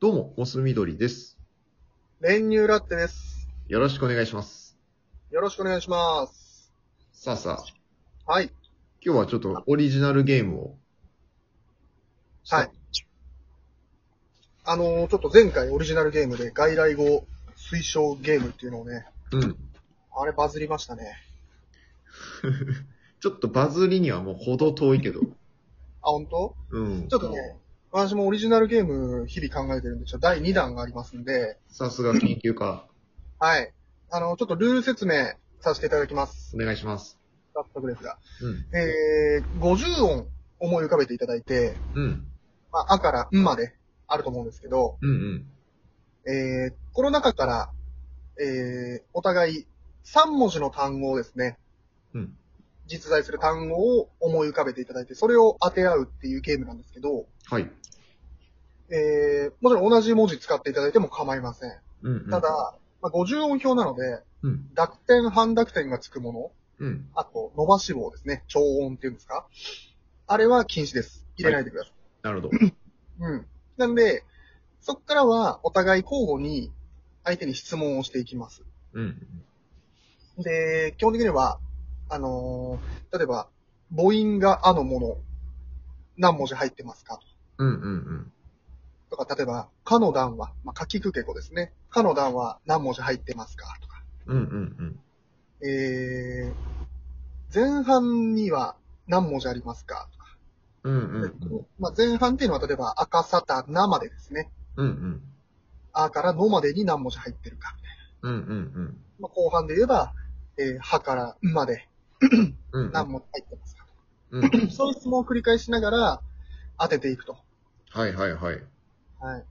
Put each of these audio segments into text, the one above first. どうも、モスみどりです。練乳ラッテです。よろしくお願いします。よろしくお願いします。さあさあ、はい。今日はちょっとオリジナルゲームを。はい。あのーちょっと前回オリジナルゲームで外来語推奨ゲームっていうのをね、うん。あれバズりましたね。ちょっとバズりにはもう程遠いけ ど。あ、本当？うんち。ょっとね、私もオリジナルゲーム日々考えてるんで、ちょっと第2弾がありますんで、さすが研究家、はい。あのちょっとルール説明させていただきます。お願いします。ラットグレフが。うん。えー、50音思い浮かべていただいて、うん。まあ、あからんまであると思うんですけど、うんうん。えー、この中から、えー、お互い3文字の単語をですね、うん。実在する単語を思い浮かべていただいて、それを当て合うっていうゲームなんですけど、はい。えー、もちろん同じ文字使っていただいても構いません。うん、うん。た、だ、まあ、50音表なので、うん。濁点、半濁点がつくもの、うん。あと伸ばし棒ですね、長音っていうんですか。あれは禁止です。入れないでくださいなるほど。うん。なんで、そっからはお互い交互に相手に質問をしていきます。うん。で、基本的には、あのー例えば、母音があのもの、何文字入ってますかうんうんうん。とか、例えば、かの段は、まあ、かきくけこですね。かの段は何文字入ってますかとか。うんうんえー、前半には何文字ありますかとか。うん。うんうんうん。まあ、前半っていうのは、例えば、赤さたなまでですね。うんうん。あからのまでに何文字入ってるか。うんうんうん。まあ、後半で言えば、えー、はからんまでうんうん。何も入ってますか、うんうん。そういう質問を繰り返しながら当てていくと。はいはいはい。はい。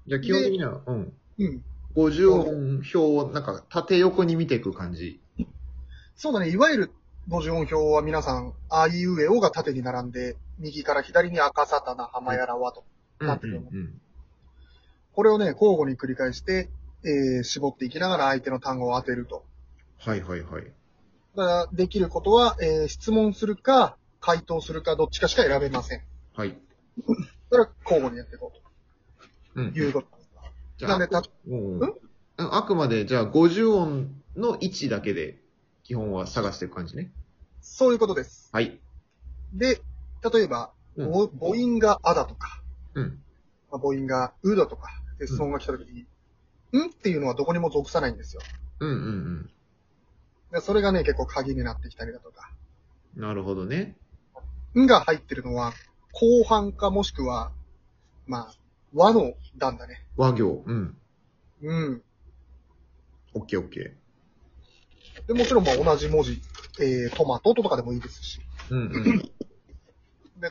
じゃあ基本的には、うん。うん。 50音表をなんか縦横に見ていく感じ。そうだね。いわゆる50音表は皆さん、あいうえおが縦に並んで、右から左に赤さたな、浜やらわと。うんうなんんていうのうん。これをね、交互に繰り返して、えー、絞っていきながら相手の単語を当てると。はいはいはい。だから、できることは、えー、質問するか、回答するか、どっちかしか選べません。はい。それは交互にやっていこう。うというんこと。じゃなあんで、たうんんあくまで、じゃあ50音の位置だけで、基本は探していく感じね。そういうことです。はい。で、例えば、うんぼ母音があだとか、うん。まあ母音がうだとか、結音が来た時に、んっていうのはどこにも属さないんですよ。うんうんでそれがね、結構鍵になってきたりだとか、うん。なるほどね。んが入ってるのは、後半かもしくは、まあ、和の段だね。和行。うん。うん。オッケーオッケで、もちろんまあ同じ文字、えー、トマトとかでもいいですし。ー。うんうん。で、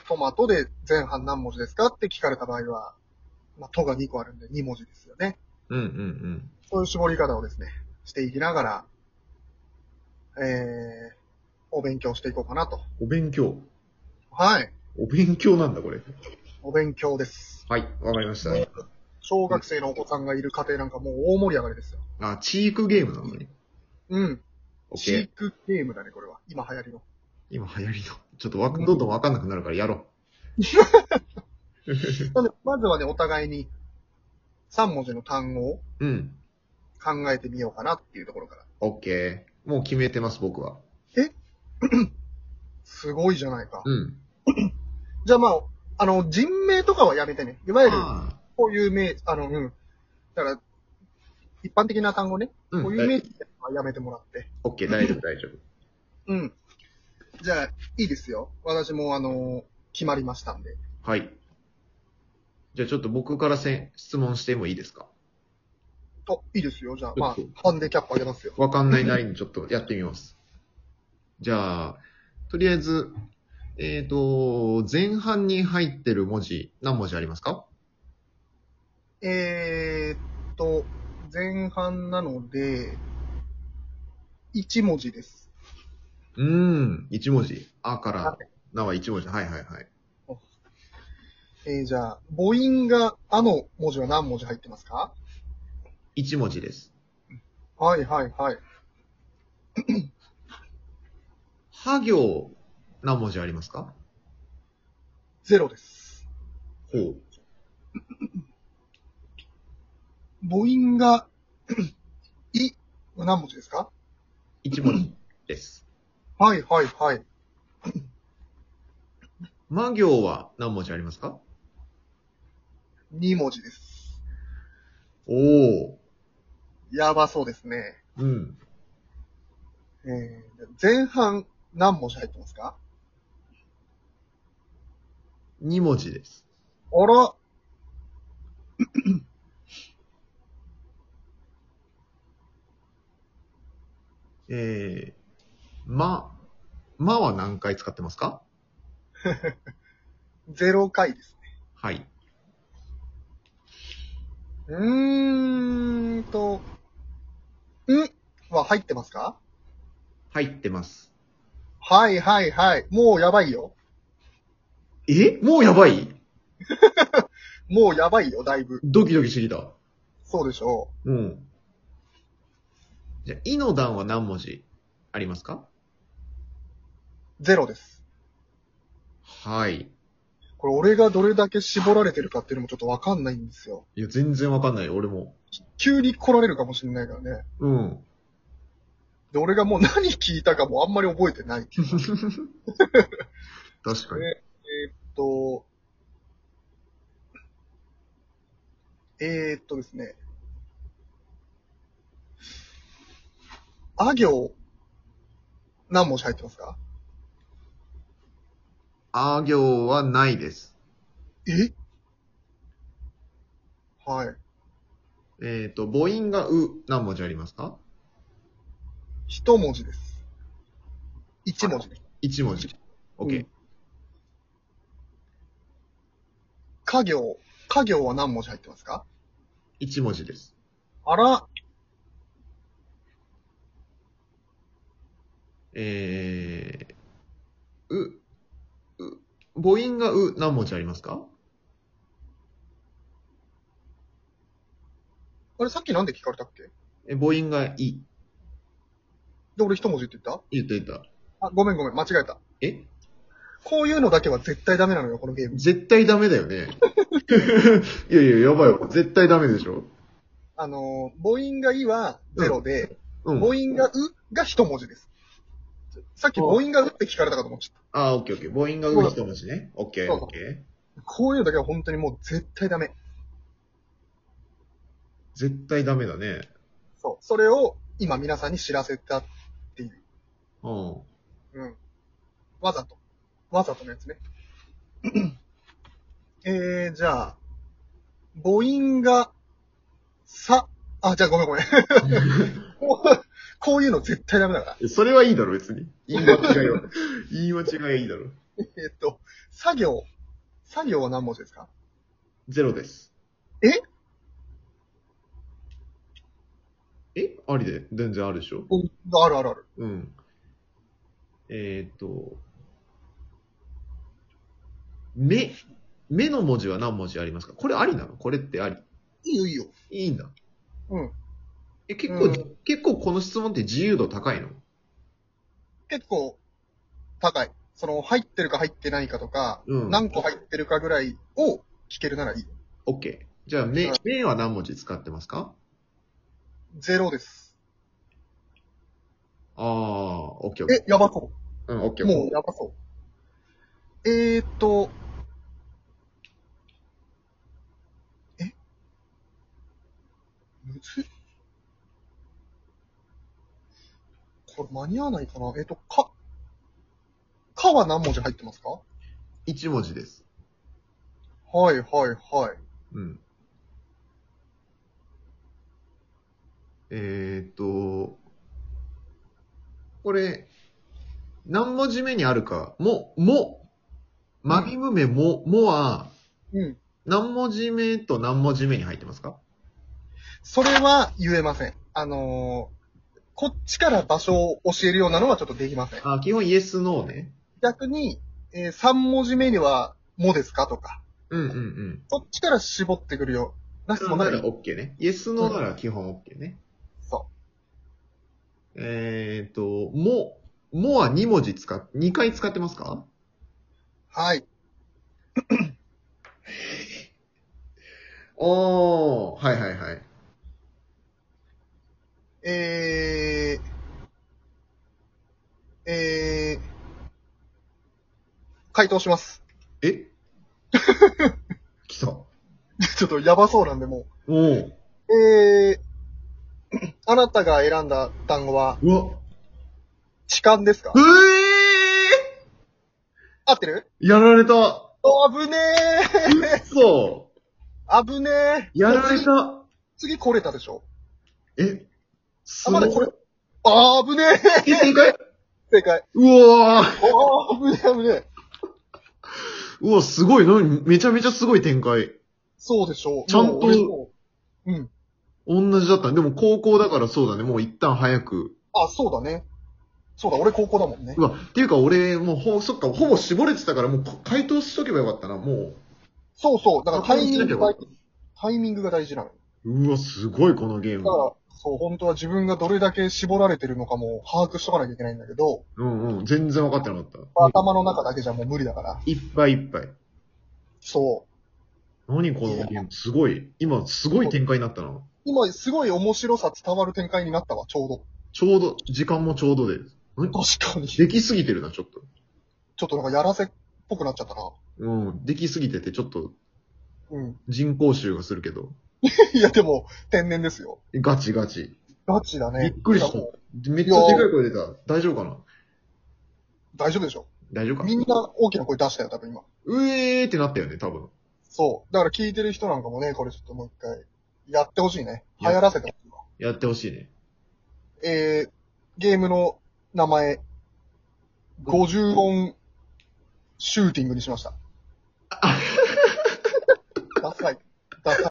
トマトで前半何文字ですかって聞かれた場合は、まあ、とが2個あるんで2文字ですよね。うんうんそういう絞り方をですね、していきながら、えー、お勉強していこうかなと。うん。お勉強。はい。お勉強なんだ、これ。お勉強です。はい。わかりました。小学生のお子さんがいる家庭なんかもう大盛り上がりですよ。あ、チークゲームなのね。うん。オッチケーー。クゲームだね、これは。今流行りの。今流行りの。ちょっとわ、どんどんわかんなくなるからやろなので、まずはね、お互いに3文字の単語をう。うん。考えてみようかなっていうところから。オッケー。もう決めてます、僕は。すごいじゃないか。うん。じゃあまあ、あの、人名とかはやめてね。いわゆる、あこういう名、あの、うん。だから、一般的な単語ね。ーうこういう名詞はやめてもらって。オッケー、大丈夫、大丈夫。うん。じゃあ、いいですよ。私も、あの、決まりましたんで。はい。じゃあちょっと僕からせ質問してもいいですかあ、いいですよ。じゃあ、まそうあ、ハンデキャップあげますよ。わかんないなりにちょっとやってみます。じゃあ、とりあえず、えっ、と、前半に入ってる文字、何文字ありますかえーっと、前半なので、1文字です。うーん、1文字。あかはら、なは1文字。はいはいはい。えー、じゃあ、母音があの文字は何文字入ってますか1文字です。はいはいはい。は行、何文字ありますかゼロです。ほう。母音が、 いは何文字ですか一文字です。はいはいはい。魔行は何文字ありますか二文字です。おー。やばそうですね。うん。えー、前半何文字入ってますか二文字です。あら。えー、ま、まは何回使ってますか0回ですはい。ね。うーんと、んは入ってますか入ってます。はいはいはい。もうやばいよ。えもうやばいもうやばいよ、だいぶ。ドキドキしてきた。そうでしょうん。じゃあ、いの段は何文字ありますかう。ゼロです。はい。これ俺がどれだけ絞られてるかっていうのもちょっとわかんないんですよ。いや、全然わかんない、俺も。急に来られるかもしれないからね。うん。で、俺がもう何聞いたかもあんまり覚えてない。 確かに。えーっと、えーっとですね。あ行、何文字入ってますかあ行はないです。えはい。えっ、と、母音がう、何文字ありますか一文字です。一文字です。 ?1 文字。OK。家行、家行は何文字入ってますか1文字です。あら、えー、う、う、母音がう、何文字ありますかあれさっきなんで聞かれたっけえ母音がい、で、俺一文字って言っ言っていた。たあ、ごめんごめん、間違えた。えこういうのだけは絶対ダメなのよ、このゲーム。絶対ダメだよね。 いやいや、やばいよ。絶対ダメでしょ。あのー、母音がいはゼロで、う母ん。音がうが一文字です。さっき母音がうって聞かれたかと思っちゃっあ、オッケーオッケー。母音がう一文字ね。オッケーそうオッケー。た。こういうのだけは本当にもう絶対ダメ。絶対ダメだね。そう。それを今皆さんに知らせた。うん。うん。わざと。わざとのやつね。 えー、じゃあ、母音が、さ、あ、じゃあごめんご めん。こうこういうの絶対ダメだから。それはいいだろ、別に。言い間違いは。 言い間違いはいいだろ。えーっと、作業。作業は何文字ですかゼロです。ええありで、全然あるでしょうんあるあるある。うん。えーっと、目、目の文字は何文字ありますかこれありなのこれってありいいよいいよ。いいんだ。うん。え、結構、うん結構この質問って自由度高いの結構、高い。その、入ってるか入ってないかとか、うん何個入ってるかぐらいを聞けるならいい。 ?OK。じゃあ、目、目は何文字使ってますかゼロです。ああ、OK。え、やばそうん、OK。う。もう、やばそう。えーっと、えむずっこれ間に合わないかなえーっと、か、かは何文字入ってますか1文字です。はいはいはい。うん。えーっと、これ、何文字目にあるか、も、も、まみむめも、もは、うん。何文字目と何文字目に入ってますかそれは言えません。あのーこっちから場所を教えるようなのはちょっとできません。あ、基本イエス、ノーね。逆に、え3文字目には、もですかとか、うんうんうん。そっちから絞ってくるような質そう問なならいらい。 OK ね。イエス、ノーなら基本 OK ね。そえーっと、も、もは2文字使っ、2回使ってますかう。はい。おー、はいはいはい。回答します。 え来た。おちょっとやばそうなんで、もおう。えー、あなたが選んだ単語は、うわ。痴漢ですかうえ合ってるーやられた。あぶねうっそ。ーぶねーやられた。次、次来れたでしょえすあ、まごだい。これ。あぶねーえ、正解正解。うわーあぶねーあぶねーうわ、すごい。なにめちゃめちゃすごい展開。そうでしょう。ちゃんともう俺もうん。同じだった。でも高校だからそうだね。もう一旦早く。あ、そうだね。そうだ、俺高校だもんねう。わ、っていうか俺、もうほ、そっか、ほぼ絞れてたから、もうこ回答しとけばよかったな、もそうそう。だからタイミングあが、タイミングが大事なの。う。うわ、すごい、このゲーだムか。ら、そう、本当は自分がどれだけ絞られてるのかも把握しとかなきゃいけないんだけど、うんうん、全然分かってなかった。頭の中だけじゃもう無理だから。いっぱいいっぱい。そう。何このゲーム、すごい。今、すごい展開になったな。今、すごい面白さ伝わる展開になったわ、ちょうど。ちょうど、時間もちょうどで。確かに。ちできすぎてるな、ちょっと。ょっとなんかやらせっぽくなっちゃったな。うん、できすぎてて、ちょっとうん。人工臭がするけど。 いや、でも、天然ですよ。ガチガチ。ガチだびね。っくりしたいや。めっちゃでかい声出た。大丈夫かな大丈夫でしょ。大丈夫かみんな大きな声出したよ、多分今。うえーってなったよね、多分。そう。だから聞いてる人なんかもね、これちょっともう一回、やってほしいね。い流や行らせてほしいわ。やってほしいね。えー、ゲームの名前、50音シューティングにしました。ダサい。ダサい。